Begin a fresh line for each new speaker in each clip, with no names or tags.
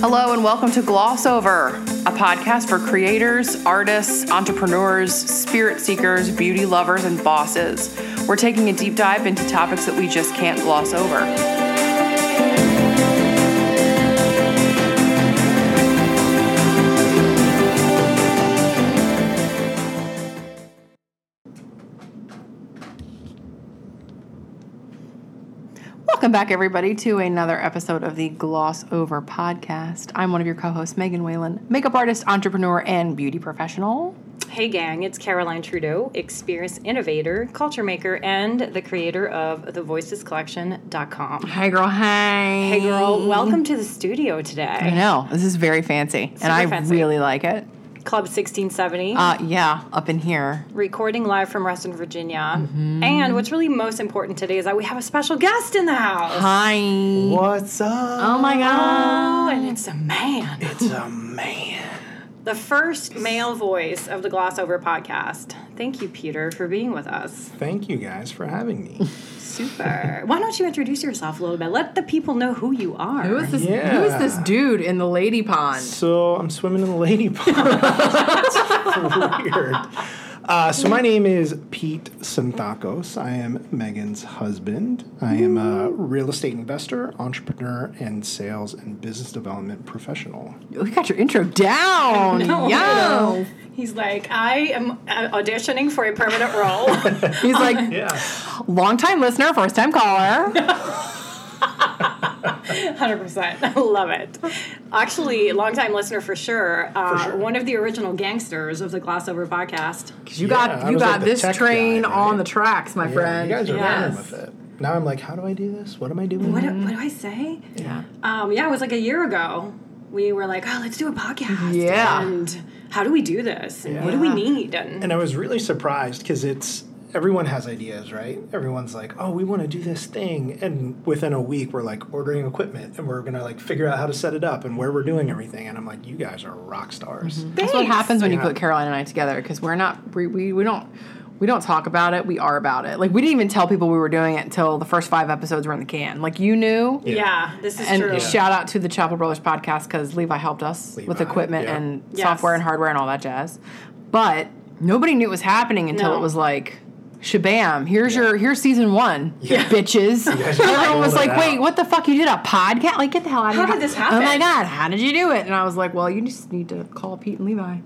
Hello, and welcome to Gloss Over, a podcast for creators, artists, entrepreneurs, spirit seekers, beauty lovers, and bosses. We're taking a deep dive into topics that we just can't gloss over. Welcome back, everybody, to another episode of the Gloss Over podcast. I'm one of your co hosts, Megan Whalen, makeup artist, entrepreneur, and beauty professional.
Hey, gang, it's Caroline Trudeau, experience innovator, culture maker, and the creator of thevoicescollection.com.
Hey, girl. Hey.
Hey, girl, welcome to the studio
I
today.
know. This is very fancy, and
Super
I
fancy.
really like it.
Club 1670,
Uh, yeah, up in here.
recording live from Reston, Virginia.
Mm-hmm.
And what's really most important today is that we have a special guest in the house.
Hi.
What's up?
Oh, my God.
Oh, and it's a man.
Oh.
It's a man.
The first male voice of the Gloss Over podcast. Thank you, Peter, for being with us.
Thank you guys for having me.
Super. Why don't you introduce yourself a little bit? Let the people know who you are.
Who is this,
Yeah.
who is this dude in the lady pond?
so I'm swimming in the lady pond. It's weird. Uh, so my name is Pete Santhakos. I am Megan's husband. I am a real estate investor, entrepreneur, and sales and business development professional.
We got your intro down.
No.
Yo.
He's like, I am uh, auditioning for a permanent role.
He's like,
Yeah.
long time listener, first time caller.
100%. I love it. Actually, longtime listener for sure. Uh,
sure.
One of the original gangsters of the Glassover podcast.
You
Yeah,
got
I
you
was
got
like the
this
tech
train
guy, right?
on the tracks, my
Yeah,
friend.
you guys are running
Yes.
with it. Now I'm like, how do I do this? What am I doing?
What, do- what do I say?
yeah.
Um, yeah, it was like a year ago. We were like, oh, let's do a podcast.
Yeah.
And how do we do this? And what do we
Yeah.
need? And,
And I was really surprised because it's everyone has ideas, right? Everyone's like, "Oh, we want to do this thing," and within a week, we're like ordering equipment and we're gonna like figure out how to set it up and where we're doing everything. And I'm like, "You guys are rock stars."
Mm-hmm.
That's what
Thanks.
happens when you
Yeah.
put Caroline and I together because we're not we, we we don't we don't talk about it. We are about it. Like we didn't even tell people we were doing it until the first five episodes were in the can. Like you knew.
yeah. this is
And
true.
shout out to the Chapel Brothers podcast because Levi helped us with
Levi,
equipment
yeah.
and
Yes.
software and hardware and all that jazz. But nobody knew it was happening until
No.
it was like, shabam! Here's your here's season one, bitches.
guys just
Everyone was
rolled
like,
it
wait,
out.
what the fuck? You did a podcast? Like, get the hell out of
How
here!
did this
Oh my
happen?
god, how did you do it? And I was like, well, you just need to call Pete and Levi.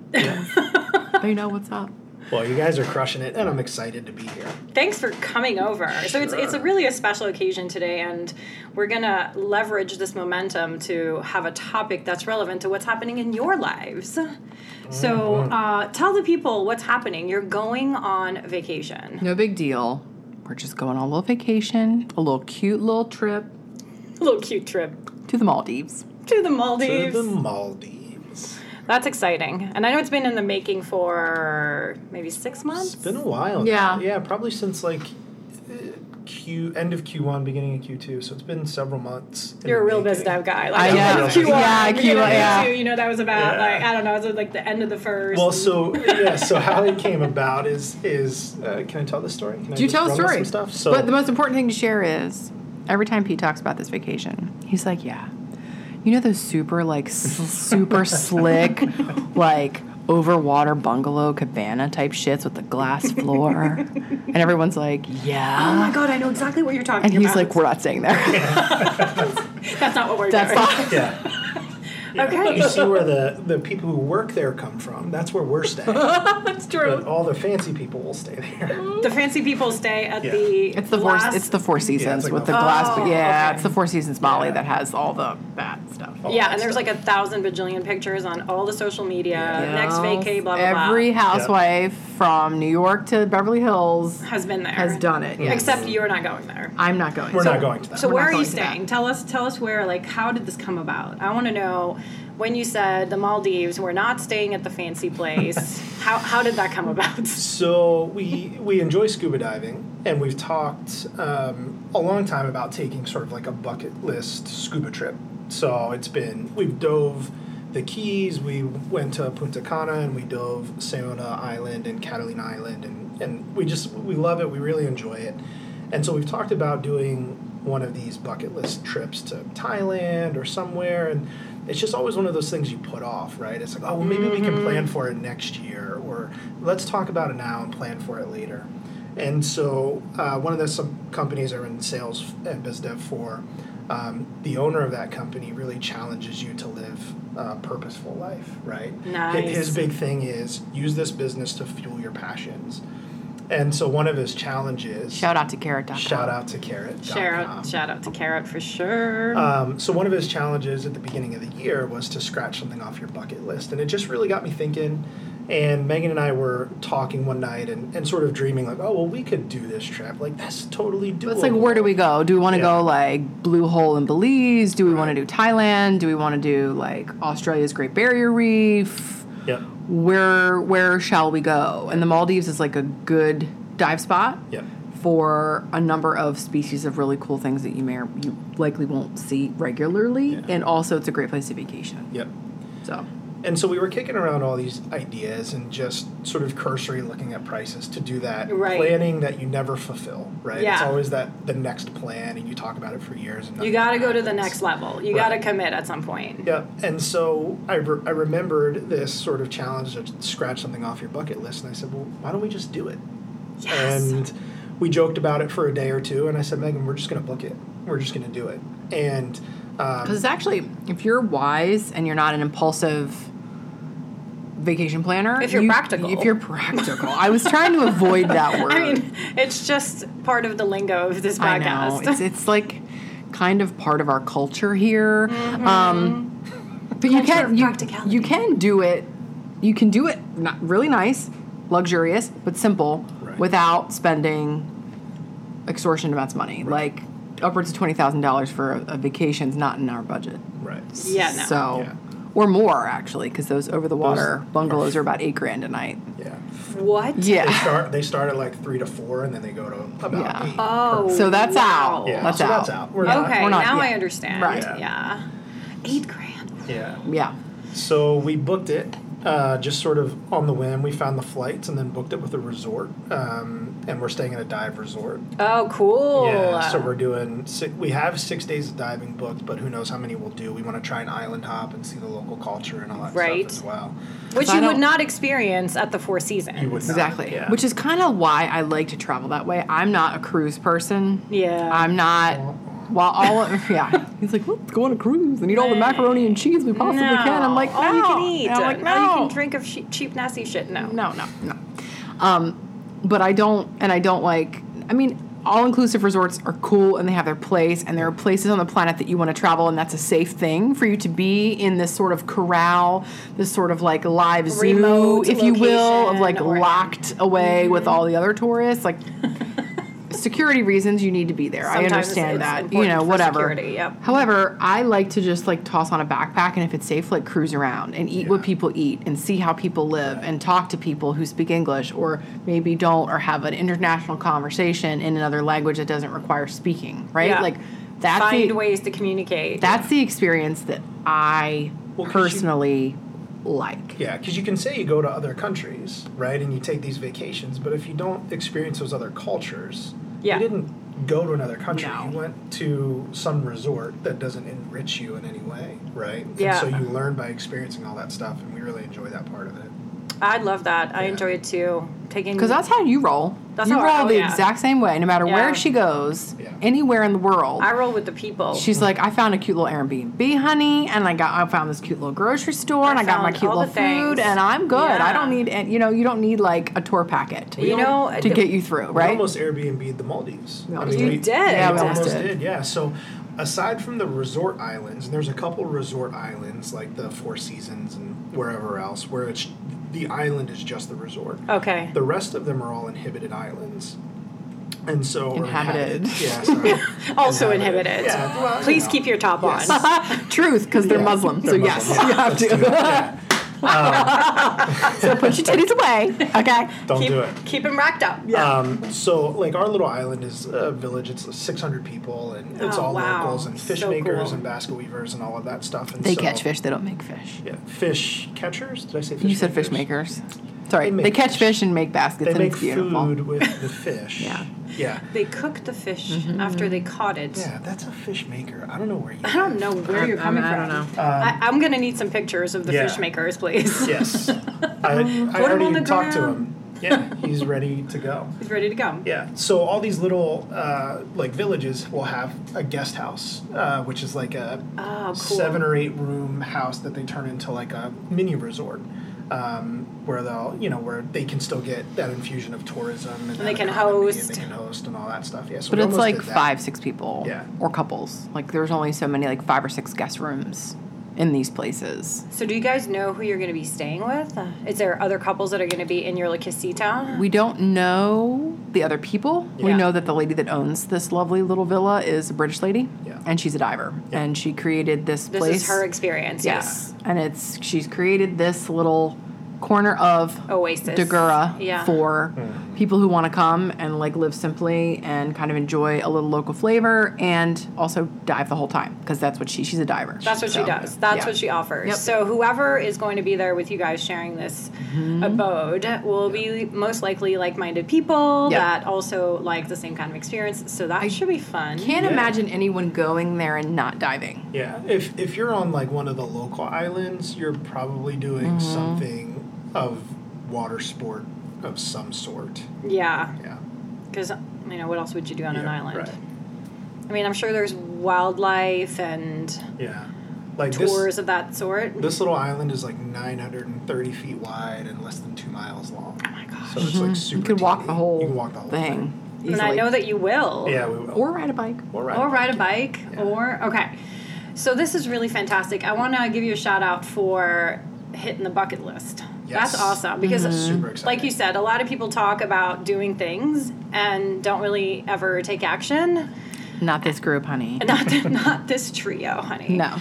they know what's up.
Well, you guys are crushing it, and I'm excited to be here.
Thanks for coming over. So it's it's a
Sure.
really a special occasion today, and we're gonna leverage this momentum to have a topic that's relevant to what's happening in your lives. So
Mm-hmm.
uh, tell the people what's happening. You're going on vacation,
No big deal. We're just going on a little vacation, a little cute little trip
little cute trip
to the Maldives.
to the
To
Maldives.
the Maldives.
That's exciting, and I know it's been in the making for maybe six months.
It's been a while. now.
Yeah.
Yeah, probably since like uh, Q end of Q1, beginning of Q2. So it's been several months. in
You're a
the
real biz
making.
dev guy.
I
Like,
am.
Q1,
Yeah,
beginning
Q1,
of
yeah.
Q2, You know, that was about,
Yeah.
like, I don't know, it was like the end of the first.
Well, so yeah, so how it came about is is uh, can I tell the story? Can I
Do you
just
tell the
run with
story?
Some stuff. So
but the most important thing to share is every time Pete talks about this vacation, he's like, "Yeah, you know those super like s- super slick like overwater bungalow cabana type shits with the glass floor," and everyone's like,
oh
"Yeah,"
my god, I know exactly what you're talking
and
about.
he's like, "We're not staying there.
That's not what we're
That's
doing.
not."
yeah,
Okay.
you see where the the people who work there come from. That's where we're staying.
That's true.
but all the fancy people will stay there.
The fancy people stay at
Yeah.
the.
It's the
last,
four. It's the Four Seasons
like
with the
the-
glass.
Oh,
yeah,
okay.
it's the Four Seasons Molly
Yeah.
that has all the that stuff.
Yeah, and there's like a thousand bajillion pictures on all the social media. Next vacay, blah blah
Every
blah.
housewife from New York to Beverly Hills
Has been there.
has done it. Yes.
Except you're not going there.
I'm not going.
We're
So-
not going to that.
So
We're not
where are you
going to that.
staying? Tell us. Tell us where. Like, how did this come about? I want to know. When you said the Maldives, we're not staying at the fancy place. how how did that come about?
so we we enjoy scuba diving, and we've talked um, a long time about taking sort of like a bucket list scuba trip. So it's been we've dove the Keys, we went to Punta Cana, and we dove Seona Island and Catalina Island, and and we just we love it. We really enjoy it, and so we've talked about doing one of these bucket list trips to Thailand or somewhere, and It's just always one of those things you put off, right? It's like, oh, well, maybe we can plan for it next year, or let's talk about it now and plan for it later. And so, uh, one of the sub- companies I'm in sales and biz dev for, um, the owner of that company really challenges you to live a purposeful life, right? Hi- His
Nice.
big thing is use this business to fuel your passions. And so, one of his challenges.
Shout out to Carrot.
Shout out to Carrot.
Shout out, shout out to Carrot for sure.
Um, so one of his challenges at the beginning of the year was to scratch something off your bucket list, and it just really got me thinking. And Megan and I were talking one night and, and sort of dreaming like, oh well, we could do this trip. Like that's totally doable.
It's like, where do we go? Do we want to
Yeah.
go like Blue Hole in Belize? Do we want to do Thailand? Do we want to do like Australia's Great Barrier Reef?
Yep.
Where where shall we go? And the Maldives is like a good dive spot
Yep.
for a number of species of really cool things that you may or you likely won't see regularly.
Yeah.
And also, it's a great place to vacation.
Yep.
So
And so we were kicking around all these ideas and just sort of cursory looking at prices to do that
Right.
planning that you never fulfill. Right. It's
Yeah.
always that the next plan, and you talk about it for years. And
you
nothing
got to go to the
happens.
next level. You got
Right.
to commit at some point.
Yeah, and so I, re- I remembered this sort of challenge to scratch something off your bucket list, and I said, well, why don't we just do it?
Yes.
And we joked about it for a day or two, and I said, Megan, we're just going to book it. We're just going to do it. And um,
Because it's actually, if you're wise and you're not an impulsive vacation planner,
If you're
you-
practical.
if you're practical, I was trying to avoid that word.
I mean, it's just part of the lingo of this
I
podcast.
know it's it's like kind of part of our culture here.
Mm-hmm.
Um, but you
Culture
can
of
you,
practicality.
you can do it. You can do it not really nice, luxurious, but simple
Right.
without spending extortionate amounts of money. Like upwards of twenty thousand dollars for a, a vacation's not in our budget.
right.
Yeah, no.
So,
Yeah.
or more actually, because those over the water
are-
bungalows are about eight grand a night.
Yeah.
what?
They
Yeah.
start, they start at like three to four, and then they go to about
Yeah.
eight.
Oh,
So that's
wow.
out.
Yeah,
That's
so
out.
that's out. We're
yeah.
Okay,
We're not-
now I
yeah.
understand.
Right.
Yeah.
Yeah.
Eight grand.
Yeah.
Yeah.
So we booked it uh, just sort of on the whim. We found the flights and then booked it with a resort, um, and we're staying at a dive resort.
Oh, cool.
Yeah, so we're doing. Six, we have six days of diving booked, but who knows how many we'll do. We want to try an island hop and see the local culture and all that
Right.
stuff as well.
Which
So I
you would
don't-
not experience at the Four Seasons.
You would not.
Exactly.
Yeah.
Which is kind of why I like to travel that way. I'm not a cruise person.
Yeah.
I'm not. While all of, yeah, he's like, let's go on a cruise and eat all the macaroni and cheese we possibly
no.
can. I'm like, no.
all you can eat.
And I'm like, no.
All you can drink of she- cheap, nasty shit. No.
No, no, no. Um, but I don't, and I don't like. I mean, all inclusive resorts are cool, and they have their place, and there are places on the planet that you want to travel, and that's a safe thing for you to be in this sort of corral, this sort of like live zoo,
Remote
if you will, of
location
like
or- Mm-hmm.
locked away with all the other tourists, like. Security reasons, you need to be there.
Sometimes
I understand
it's
that. You
important
know,
for
whatever.
security, yep.
However, I like to just like toss on a backpack and if it's safe, like cruise around and eat what
Yeah.
people eat and see how people live and talk to people who speak English or maybe don't or have an international conversation in another language that doesn't require speaking, right?
Yeah.
Like that's
Find
the,
ways to communicate.
that's the experience that I
Well, 'cause you-
personally like.
Yeah, because you can say you go to other countries, right, and you take these vacations, but if you don't experience those other cultures,
Yeah.
you didn't go to another country.
No.
You went to some resort that doesn't enrich you in any way, right?
Yeah.
And so you learn by experiencing all that stuff, and we really enjoy that part of it.
I love that. I
Yeah.
enjoy it too. Taking
Because that's how you roll.
That's
you
how I
roll
roll,
the
yeah.
exact same way, no matter
Yeah.
where she goes,
Yeah.
anywhere in the world.
I roll with the people.
She's like, I found a cute little Airbnb, honey, and I got I found this cute little grocery store, and
I
I got my
found
cute
all
little
the things.
food, and I'm good. I don't
Yeah.
need, and you know, you don't need like a tour packet
you know,
to get you through,
We
right?
almost Airbnb the Maldives.
We
I
almost
mean,
did.
we-
You did.
Yeah,
we
we
almost
almost
did.
did.
Yeah. So aside from the resort islands, and there's a couple resort islands like the Four Seasons and wherever else where it's the island is just the resort.
Okay.
The rest of them are all inhabited islands. And so or
Inhabited.
Yeah. Sorry.
Also inhibited.
Yeah, well, you
Please
know.
keep your top
Yes.
on.
Truth, because they're Muslim,
They're
so
Muslim,
yes, you have
let's do it.
to.
Yeah,
so put your titties away, okay?
Don't
keep,
do it.
Keep him racked up. Uh,
Um, so, like, our little island is a village. It's 600 people, and it's
Oh,
all
wow.
locals and fish
So
makers
cool.
and basket weavers and all of that stuff. And
They
so-
catch fish, they don't make fish.
Yeah, fish catchers. Did I say? fish
You said fish makers. Sorry,
They
they,
make
catch
fish.
fish and make baskets,
They
and
make
it's beautiful.
food with the fish.
Yeah.
Yeah.
They cook the fish
Mm-hmm.
after they caught it.
Yeah, that's a fish maker. I don't know where you.
I don't know where
I'm-
you're
I'm-
coming
I
from.
don't know.
I, I'm gonna need some pictures of the
Um, Yeah.
fish makers, please.
Yes. I, I
put 'em on
already
the
talked to
ground.
him. Yeah, he's ready to go.
He's ready to go.
Yeah. So all these little uh, like villages will have a guest house, uh, which is like a
Oh, cool.
seven or eight room house that they turn into like a mini resort, um, where they'll you know where they can still get that infusion of tourism and, that
they can
economy
host.
and they can host and all that stuff. Yeah. So
But
we
it's
almost
like
did that.
five, six people
Yeah.
or couples. Like there's only so many, like five or six guest rooms in these places.
So, do you guys know who you're gonna be staying with? Uh, Is there other couples that are gonna be in your like casita?
We don't know the other people. We
Yeah.
know that the lady that owns this lovely little villa is a British lady,
Yeah.
and she's a diver,
Yeah.
and she created this,
this
place.
is her experience.
yes, and it's she's created this little corner of
Oasis.
Dagura
Yeah.
for
Hmm.
people who want to come and like live simply and kind of enjoy a little local flavor and also dive the whole time because that's what she she's a diver.
That's what she
So,
does. That's
yeah.
what she offers.
Yep.
So whoever is going to be there with you guys sharing this abode will be most likely like-minded people
Yep.
that also like the same kind of experience. So that should be fun.
Can't
Yeah.
imagine anyone going there and not diving.
Yeah. If if you're on like one of the local islands, you're probably doing
Mm-hmm.
something of water sport of some sort.
Yeah,
Yeah.
because you know what else would you do on an
Yeah,
island?
Right.
I mean, I'm sure there's wildlife and
Yeah. Like
tours
this
of that sort.
this little island is like 930 feet wide and less than two miles long. Oh my gosh. So it's like super.
You could walk the
teeny.
whole,
You can walk the whole
thing.
thing.
easily.
And I know that you will.
Yeah, we will.
or ride a bike.
or ride.
or
a
ride a
bike.
bike or okay so this is really fantastic i want to give you a shout out for hitting the bucket list
Yes.
that's awesome because
Super
like you
exciting.
said a lot of people talk about doing things and don't really ever take action
Not this group, honey.
not, not this trio honey
No.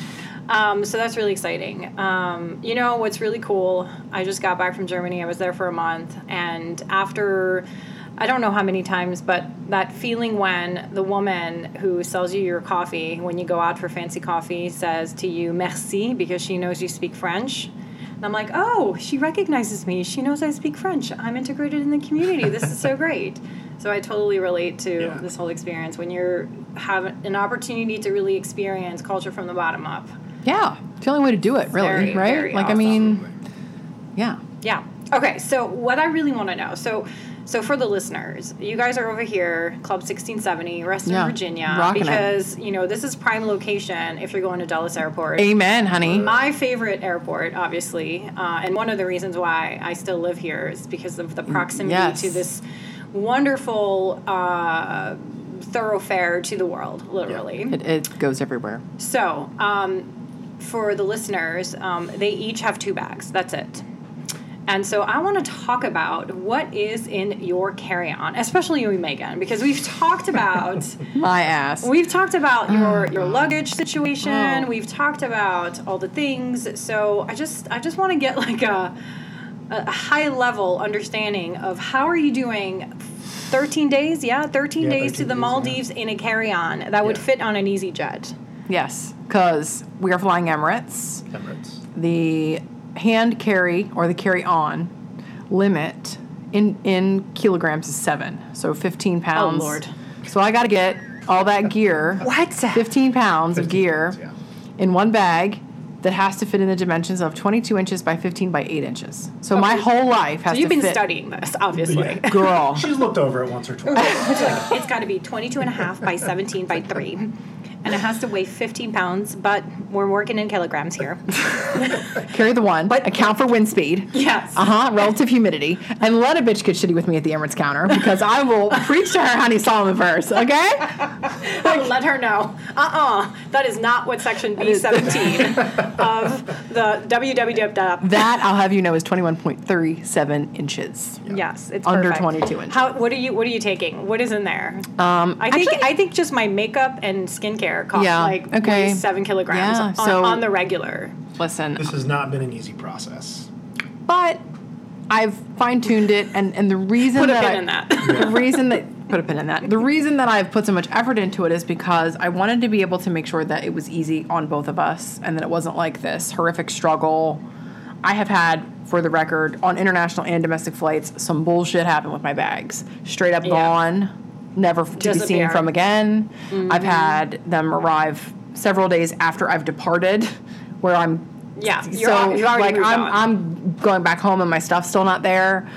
um, so that's really exciting. Um, you know what's really cool? I just got back from Germany. I was there for a month, and after I don't know how many times, but that feeling when the woman who sells you your coffee when you go out for fancy coffee says to you "merci" because she knows you speak French. And I'm like, oh, she recognizes me. She knows I speak French. I'm integrated in the community. This is so great. So I totally relate to
Yeah.
this whole experience when you have an opportunity to really experience culture from the bottom up.
Yeah, it's the only way to do it, really,
Very,
right?
very
like I
awesome.
mean, yeah.
Yeah. Okay. So what I really want to know. So, so for the listeners, you guys are over here, Club 1670, Reston,
Yeah,
Virginia,
rocking it.
because you know this is prime location if you're going to Dulles Airport.
Amen, honey.
My favorite airport, obviously, uh, and one of the reasons why I still live here is because of the proximity
Mm, yes.
to this wonderful uh, thoroughfare to the world, literally.
It, it goes everywhere.
So, um, for the listeners, um, they each have two bags. That's it. And so I want to talk about what is in your carry-on, especially you, Megan, because we've talked about
My ass.
we've talked about your your luggage situation.
Oh.
We've talked about all the things. So I just I just want to get like a a high level understanding of how are you doing 13 days, yeah, 13 days
Yeah,
to
13
the
days, yeah.
Maldives in a carry-on that would
Yeah.
fit on an easy jet.
yes, because we are flying Emirates.
Emirates.
the hand carry or the carry on limit in in kilograms is seven, so fifteen pounds.
Lord.
So I got to get all that gear.
What?
Fifteen pounds of
15
gear
pounds, yeah.
in one bag that has to fit in the dimensions of twenty-two inches by fifteen by eight inches. So my
Okay.
whole life has
So you've
to
been
fit.
studying this, obviously.
Yeah.
Girl,
She's looked over it once or twice.
it's got to be 22 and a half by 17 by 3. And it has to weigh 15 pounds, but we're working in kilograms here.
carry the one, but account for wind speed.
Yes.
Uh huh. Relative humidity, and let a bitch get shitty with me at the Emirates counter because I will preach to her, honey, Solomon verse. Okay.
I'll let her know. Uh-uh. That is not what section
is-
B17 of the www.
That I'll have you know is twenty one point three seven inches.
Yes, it's
Under
perfect.
22 inches.
How? What are you? What are you taking? What is in there? Um, I think
actually-
I think just my makeup and skincare cost
Yeah,
like
okay.
okay. seven kilograms
Yeah,
on,
so-
on the regular.
Listen,
this has not been an easy process.
but I've fine tuned it, and and the reason
Put a
that
pin
I-
in that.
the reason that put a pin in that the reason that I've put so much effort into it is because I wanted to be able to make sure that it was easy on both of us, and that it wasn't like this horrific struggle. I have had, for the record, on international and domestic flights, some bullshit happen with my bags. Straight up
Yeah.
gone. never f- to be seen
Disappear.
from again. I've had them arrive several days after I've departed, where I'm
Yeah, you're,
so
al- you've already
like
moved
I'm
on.
I'm going back home and my stuff's still not there.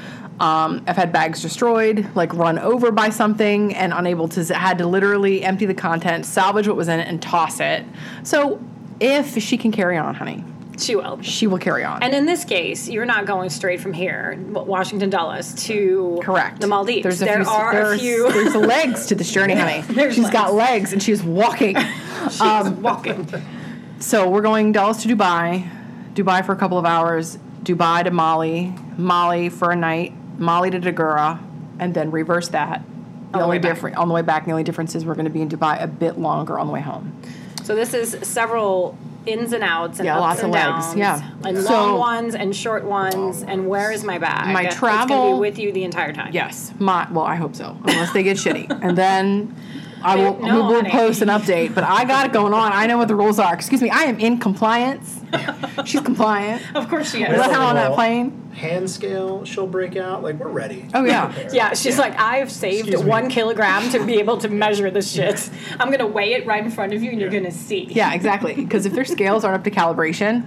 Um, I've had bags destroyed, like run over by something, and unable to had to literally empty the content, salvage what was in it, and toss it. So if she can carry on, honey,
she will.
she will carry on.
And in this case, you're not going straight from here, Wa- Washington Dulles, to
Correct.
the Maldives.
There's a
there
few,
are a
there's,
few.
there's legs to this journey, honey.
There's Um,
She's got legs and she's walking.
she's walking.
so we're going Dallas to Dubai, Dubai for a couple of hours, Dubai to Mali, Mali for a night, Mali to Dagura, and then reverse that. The
On the
only
way back.
difference on the way back, the only difference is we're going to be in Dubai a bit longer on the way home.
So this is several ins and outs and
Yeah,
ups
lots
and
of legs,
downs,
yeah.
and
So-
long ones and short ones. And where is my bag?
My
it's gonna
travel-
be with you the entire time.
Yes, my well, I hope so. Unless they get shitty, and then I will
No,
we will
honey.
post an update. But I got it going on. I know what the rules are. Excuse me, I am in compliance. She's compliant.
of course she is.
Was that her on that
Well-
plane?
Hand scale, she'll break out. Like we're ready.
Oh, yeah.
We're prepared.
Yeah, she's like, I've saved
Excuse me.
one kilogram to be able to measure this shit. I'm gonna weigh it right in front of you, and you're gonna see.
Yeah, exactly. Because if their scales aren't up to calibration,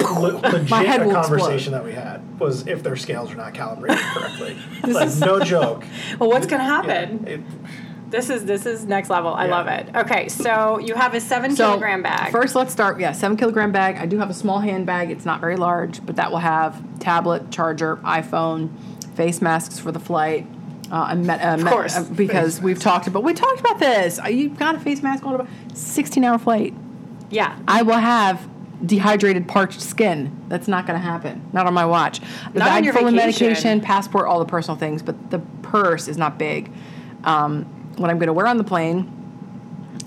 Le- legit
My head
a
will
conversation that we had was if their scales are not calibrated correctly. like no joke.
Well, what's gonna
Yeah,
happen?
it-
This is this is next level. I
Yeah.
love it. Okay, so you have a seven
so
kilogram bag.
First, let's start. Yeah, seven kilogram bag. I do have a small handbag. It's not very large, but that will have tablet, charger, iPhone, face masks for the flight. Uh, a met, a met-
course.
uh, because we've talked about we talked about this. Uh, You've got a face mask on. a Sixteen hour flight.
yeah,
I will have dehydrated, parched skin. That's not going to happen. Not on my watch. The
Not on
bag
your
full of
vacation.
medication, passport, all the personal things, but the purse is not big. Um, what I'm going to wear on the plane,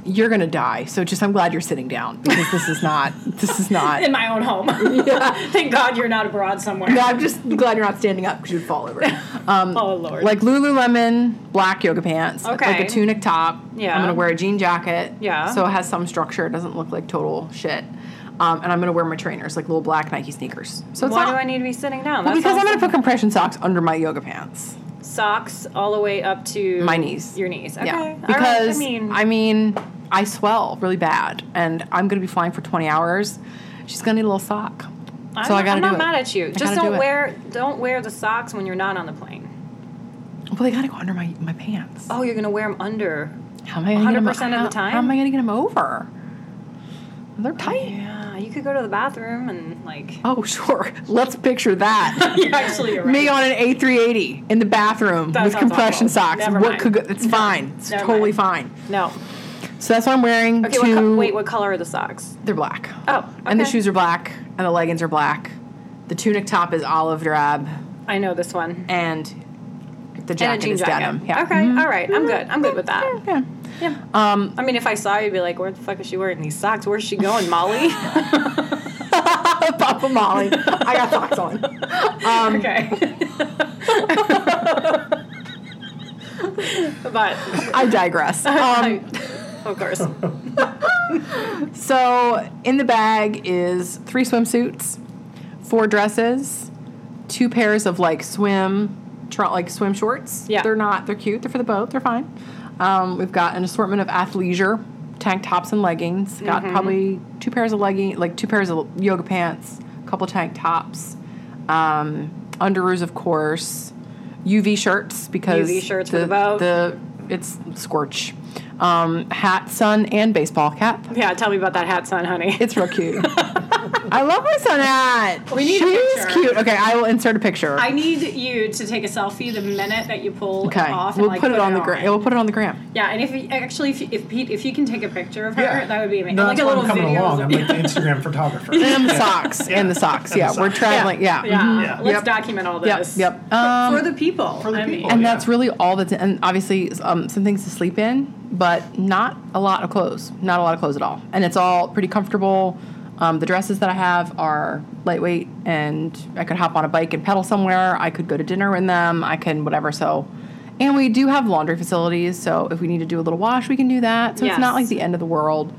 you're going to die. So just I'm glad you're sitting down because this is not. This is not.
in my own home. Thank God you're not abroad somewhere.
Yeah, I'm just glad you're not standing up because you'd fall over.
Oh Lord.
Like Lululemon black yoga pants, like
Okay.
a tunic top.
Yeah.
I'm gonna wear a jean jacket.
Yeah.
So it has some structure. It doesn't look like total shit. Um, and I'm gonna wear my trainers, like little black Nike sneakers. So it's
why
not
do I need to be sitting down?
well,
That
because I'm
sounds-
gonna put compression socks under my yoga pants,
socks all the way up to
my knees.
Your knees. Okay. All
Yeah.
right,
Because
I mean,
I mean, I swell really bad, and I'm gonna be flying for 20 hours. She's gonna need a little sock.
I'm,
so I gotta
I'm not
do it.
mad at you.
I
Just
gotta do
don't
it.
wear don't wear the socks when you're not on the plane.
Well, they gotta go under my my pants.
Oh, you're gonna wear them under.
How am I gonna
100% of the
how-
time?
How am I gonna get them over? They're tight.
Yeah, you could go to the bathroom and like.
Oh, sure. Let's picture that.
yeah, actually, you're right.
Me on an A380 in the bathroom
That
with
sounds
compression
awful.
socks.
Never
what
mind.
could go? It's fine. It's
never
totally fine.
no.
So that's what I'm wearing.
Okay.
to,
What co- wait, what color are the socks?
They're black.
Oh,
And the
okay.
shoes are black, and the leggings are black. The tunic top is olive drab,
I know this one.
and the jacket
and a jean
is
jacket.
denim. Yeah. Mm-hmm.
Okay. all right. I'm good. I'm good with that.
Yeah.
Yeah.
Um,
I mean, if I saw you, would be like, where the fuck is she wearing these socks? Where's she going, Molly?
Papa Molly. I got socks on. Um,
okay. but
I digress. Um,
of course,
So in the bag is three swimsuits, four dresses, two pairs of like swim, tr- like swim shorts.
Yeah.
they're not. They're cute. They're for the boat. They're fine. Um, we've got an assortment of athleisure tank tops and leggings. Got
Mm-hmm.
probably two pairs of legging, like two pairs of yoga pants, a couple tank tops, um, underoos of course, UV shirts because
UV shirts for the boat.
The it's scorch. Um, hat, sun, and baseball cap.
yeah. Tell me about that hat, son, honey.
It's real cute. I love my sonette.
We need a
She's
picture.
cute. Okay, I will insert a picture.
I need you to take a selfie the minute that you pull
okay,
it off.
we'll
and, like,
put it on the gram.
ground.
We'll put it on the gram.
Yeah, and if you, actually, if, you- if Pete, if you can take a picture of her,
yeah.
that would be amazing.
No,
like
that's
a
why
little
I'm coming
video.
along. I'm like the Instagram photographer.
And the socks. And the socks. Yeah,
the
we're
socks.
traveling. Yeah.
yeah,
mhm.
Yeah.
let's
Yep.
document all
Yep.
this.
Yep. Um,
for the people.
the
I mean-
people.
and
yeah.
that's really all that's. And obviously, um, some things to sleep in, but not a lot of clothes. Not a lot of clothes at all. And it's all pretty comfortable. Um, the dresses that I have are lightweight, and I could hop on a bike and pedal somewhere. I could go to dinner in them. I can whatever. So, and we do have laundry facilities. So if we need to do a little wash, we can do that. So it's not
Yes.
like the end of the world.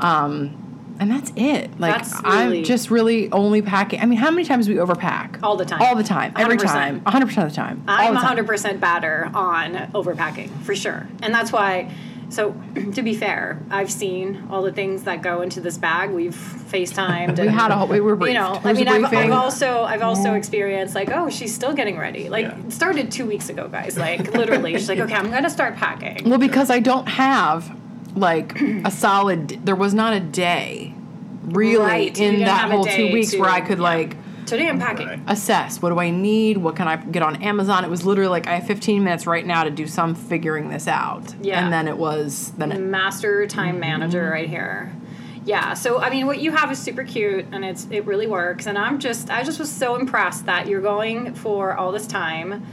Um, And that's it. Like
That's really-
I'm just really only packing. I mean, how many times do we overpack?
All the time.
All the time. Every
100%.
time. 100 percent of the time. All
I'm
the time.
100% badder on overpacking for sure. And that's why, so to be fair, I've seen all the things that go into this bag. We've FaceTimed.
We
and,
had a whole. We were
You
briefed.
know,
There
I
was a
mean, I've, I've
briefing.
also I've also experienced like, oh, she's still getting ready. Like,
Yeah.
it started two weeks ago, guys. Like, literally, she's like, okay, I'm gonna start packing.
Well, because I don't have like a solid. There was not a day, really,
Right, you
in
didn't
that
have a
whole
day
two weeks
to-
where I could
yeah.
like
Today I'm packing.
Right.
assess what do I need, what can I get on Amazon. It was literally like I have 15 minutes right now to do some figuring this out.
Yeah. Mm.
And then it was then it,
master time manager
Mm-hmm.
right here. Yeah, so I mean, what you have is super cute, and it's it really works. And I'm just I just was so impressed that you're going for all this time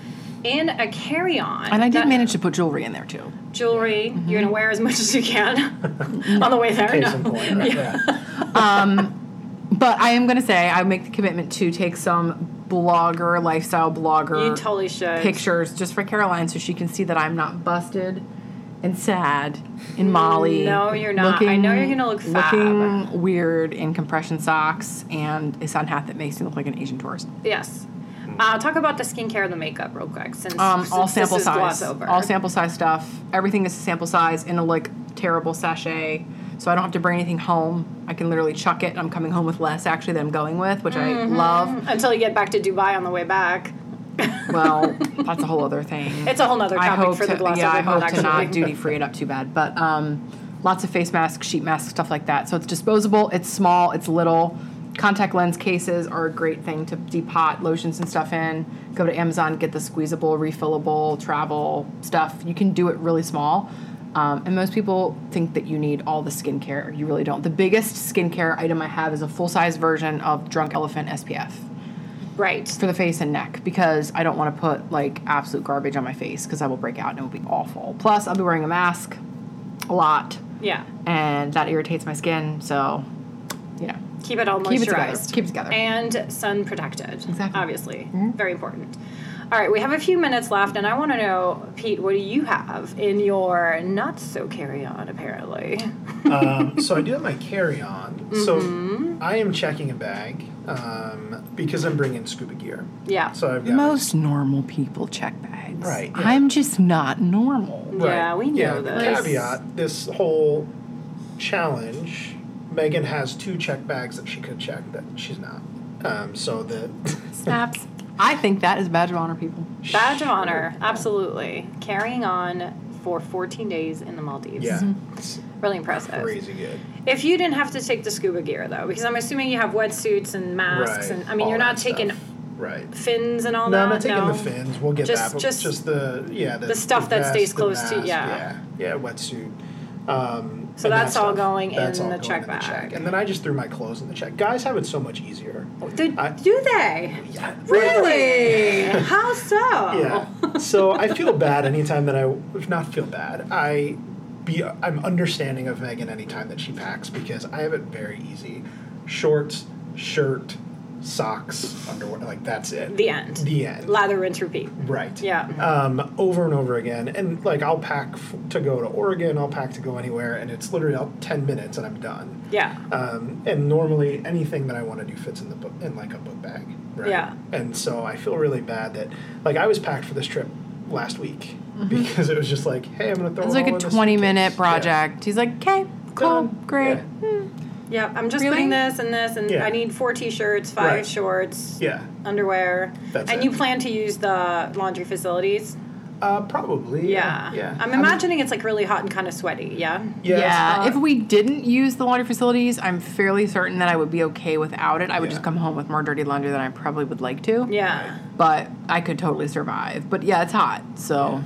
in a carry on.
and I did Mm-hmm. manage to put jewelry in there too.
jewelry. You're gonna wear as much as you can on the way there.
Case
no.
in point, right? yeah.
But I am gonna say I make the commitment to take some blogger lifestyle blogger
You totally should.
pictures just for Caroline so she can see that I'm not busted and sad in Molly.
No, you're not. I know you're gonna look fab.
Looking weird in compression socks and a sun hat that makes me look like an Asian tourist.
Yes. Uh, talk about the skincare and the makeup real quick, since,
Um,
since
all sample
this is gloss
size.
over.
All sample size stuff. Everything is sample size in a like terrible sachet. So I don't have to bring anything home. I can literally chuck it. I'm coming home with less actually than I'm going with, which
Mm-hmm.
I love.
until you get back to Dubai on the way back.
Well, that's a whole other thing.
It's a whole nother
I
topic
hope
for the
to-
gloss
yeah,
over
I hope
pod,
to not
actually.
duty free it up too bad, but um, lots of face masks, sheet masks, stuff like that. So it's disposable, it's small, it's little. Contact lens cases are a great thing to depot lotions and stuff in. Go to Amazon, get the squeezable, refillable travel stuff. You can do it really small. Um, and most people think that you need all the skincare. You really don't. The biggest skincare item I have is a full size version of Drunk Elephant SPF
Right.
for the face and neck because I don't want to put like absolute garbage on my face because I will break out and it will be awful. Plus, I'll be wearing a mask a lot
Yeah.
and that irritates my skin. So, you know,
Keep it all moisturized.
keep it together. Keep it together.
and sun protected.
Exactly. Mm-hmm.
Obviously, very important. All right, we have a few minutes left, and I want to know, Pete, what do you have in your not so carry on? Apparently,
um, so I do have my carry on.
Mm-hmm.
So I am checking a bag um, because I'm bringing scuba gear.
yeah,
So I've got
Most normal people check bags.
Right, yeah.
I'm just not normal.
Yeah, we know
the
this.
Caveat: This whole challenge, Megan has two check bags that she could check that she's not. Um, so the
Snaps. I think that is a badge of honor, people.
badge of honor, absolutely. Carrying on for 14 days in the Maldives.
yeah,
Mm-hmm.
it's
really impressive.
crazy good.
If you didn't have to take the scuba gear though, because I'm assuming you have wetsuits and masks,
right.
and I mean
all
you're not
that
taking
stuff. right.
fins and all
No,
that.
I'm not taking
no.
the fins. We'll get
Just-
that. But
just
just, the yeah the,
the stuff that
vest,
stays
the
close to-
mask,
yeah.
yeah yeah wetsuit. Um,
So
and that
that's all
stuff.
going
That's
in
all
the
going
check bag.
And then I just threw my clothes in the check. Guys have it so much easier.
Do,
I-
do they?
Yeah.
Really? How so?
Yeah. So I feel bad anytime that I not feel bad. I be I'm understanding of Megan anytime that she packs because I have it very easy. Shorts, shirt, socks, underwear. Like that's it.
The end.
The end.
Lather, rinse, repeat.
Right.
Yeah.
Um, over and over again, and like I'll pack f- to go to Oregon. I'll pack to go anywhere, and it's literally all ten minutes, and I'm done.
Yeah.
Um, and normally, anything that I want to do fits in the book in like a book bag. Right?
Yeah.
And so I feel really bad that like I was packed for this trip last week because it was just like, hey, I'm gonna throw.
It's
all
like
in
a
this
20 minute
suitcase.
project. He's like, okay, cool,
Done.
great.
Yeah.
Yeah. I'm just
Really?
putting this and this, and
Yeah.
I need four t-shirts, five
Right.
shorts,
Yeah.
underwear.
That's
and
it.
you plan to use the laundry facilities?
Uh, probably.
Yeah.
Yeah. Yeah.
I'm
I mean,
imagining it's like really hot and kind of sweaty. Yeah.
yeah. it's
yeah,
not-
if we didn't use the laundry facilities, I'm fairly certain that I would be okay without it. I would
Yeah.
just come home with more dirty laundry than I probably would like to.
Yeah.
But I could totally survive. But yeah, it's hot, so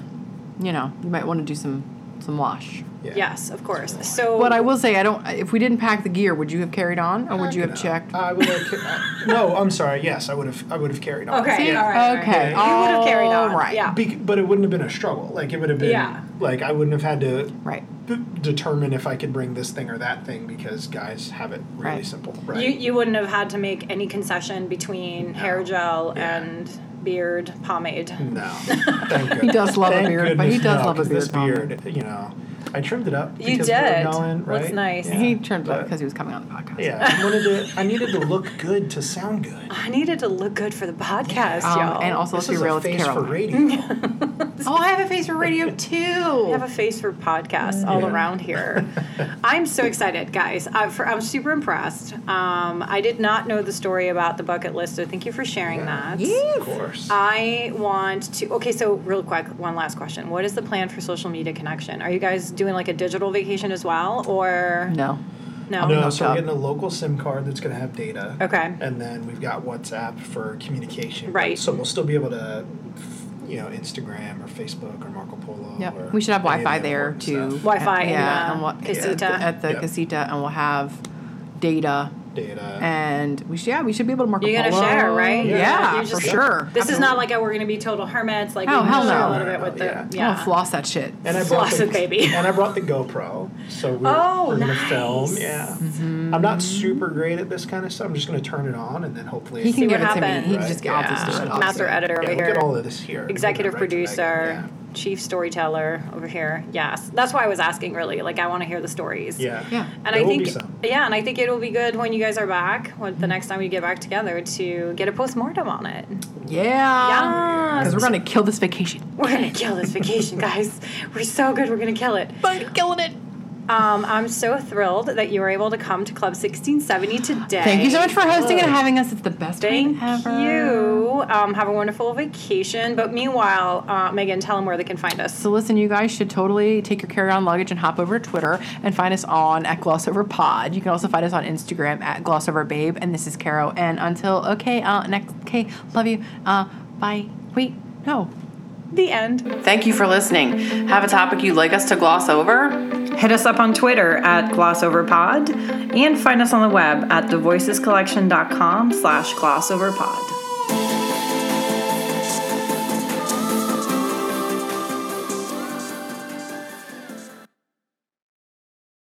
you know you might want to do some some wash.
yeah.
Yes, of course. So.
But I will say, I don't. If we didn't pack the gear, would you have carried on, or Oh, would you have
Uh, No.
checked?
I would have. ca- no, I'm sorry. Yes, I would have. I would have carried on.
Okay.
Yeah.
All right.
Okay,
All right. You would have carried on.
all right.
Yeah.
Bec- but it wouldn't have been a struggle. Like it would have been.
Yeah.
Like I wouldn't have had to
Right.
b- determine if I could bring this thing or that thing because guys have it really
Right.
simple. Right.
You, you wouldn't have had to make any concession between hair gel
Yeah.
and beard pomade.
no. Thank goodness.
does love a
Thank
beard, but he
goodness,
does
no,
love a
'cause This
beard, Tom.
beard, you know. I trimmed it up.
You
because we were
did.
going, right?
Looks nice.
Yeah.
He turned up
But-
because he was coming on the podcast.
Yeah, I wanted to. I needed to look good to sound good.
I needed to look good for the podcast,
Um,
y'all.
and also, let's
this
be
is
real,
a
it's
face for
Caroline.
radio.
Oh, I have a face for radio too.
We have a face for podcasts all around here. I'm so excited, guys. I, for, I'm super impressed. Um, I did not know the story about the bucket list, so thank you for sharing that.
Yeah.
of course.
I want to. Okay, so real quick, one last question. What is the plan for social media connection? Are you guys doing like a digital vacation as well, or
No.
no?
no, so
up.
we're getting a local SIM card that's going to have data.
Okay.
And then we've got WhatsApp for communication.
Right.
So we'll still be able to, you know, Instagram or Facebook or Marco Polo. or
Yep. We should have
any of
Wi-Fi
the
there
important
too.
stuff.
Wi-Fi
At-
in the
and we'll-
casita.
at the, at the
Yep.
casita, and we'll have data.
Data.
And we should, yeah, we should be able to Marco
You're gonna
Polo.
share, right?
Yeah,
You're
Yeah.
gonna- you
for
just-
sure.
This is not like a, we're going to be total hermits. Like
Oh,
we
hell
measure
no.
a little bit with the
Yeah.
yeah.
I
I'm gonna floss that shit.
and I brought
Floss
the,
it, baby.
and I brought the GoPro, so we're,
Oh,
we're gonna
nice.
film. Yeah,
Mm-hmm.
I'm not super great at this kind of stuff. I'm just gonna turn it on and then hopefully
He
it's-
can
See
give it
what
to me. He can
happens.
just get
Right.
I'll just do it.
Yeah.
I'll just
master
do it.
editor
yeah,
over
we'll
here.
get all of this here.
executive
Right to that.
producer, chief storyteller over here. Yes, that's why I was asking. Really, like I want to hear the stories.
Yeah.
Yeah.
and
There
I
will
think
be some.
yeah, and I think it'll be good when you guys are back, when, the next time we get back together, to get a post mortem on it.
Ah. Yeah.
Yeah,
Because we're gonna kill this vacation.
we're gonna kill this vacation, guys. We're so good. We're gonna kill it.
But killing it.
Um, I'm so thrilled that you were able to come to Club 1670 today.
Thank you so much for hosting and having us. It's the best
Thank
time ever.
you. Um, have a wonderful vacation. But meanwhile, uh, Megan, tell them where they can find us.
So listen, you guys should totally take your carry-on luggage and hop over to Twitter and find us on at Glossover Pod. You can also find us on Instagram at Glossover Babe. And this is Caro. And until okay, uh, next okay, love you. Uh, bye. Wait, no.
The end.
Thank you for listening. Have a topic you'd like us to gloss over?
Hit us up on Twitter at GlossoverPod and find us on the web at thevoicescollection.com slash glossoverpod.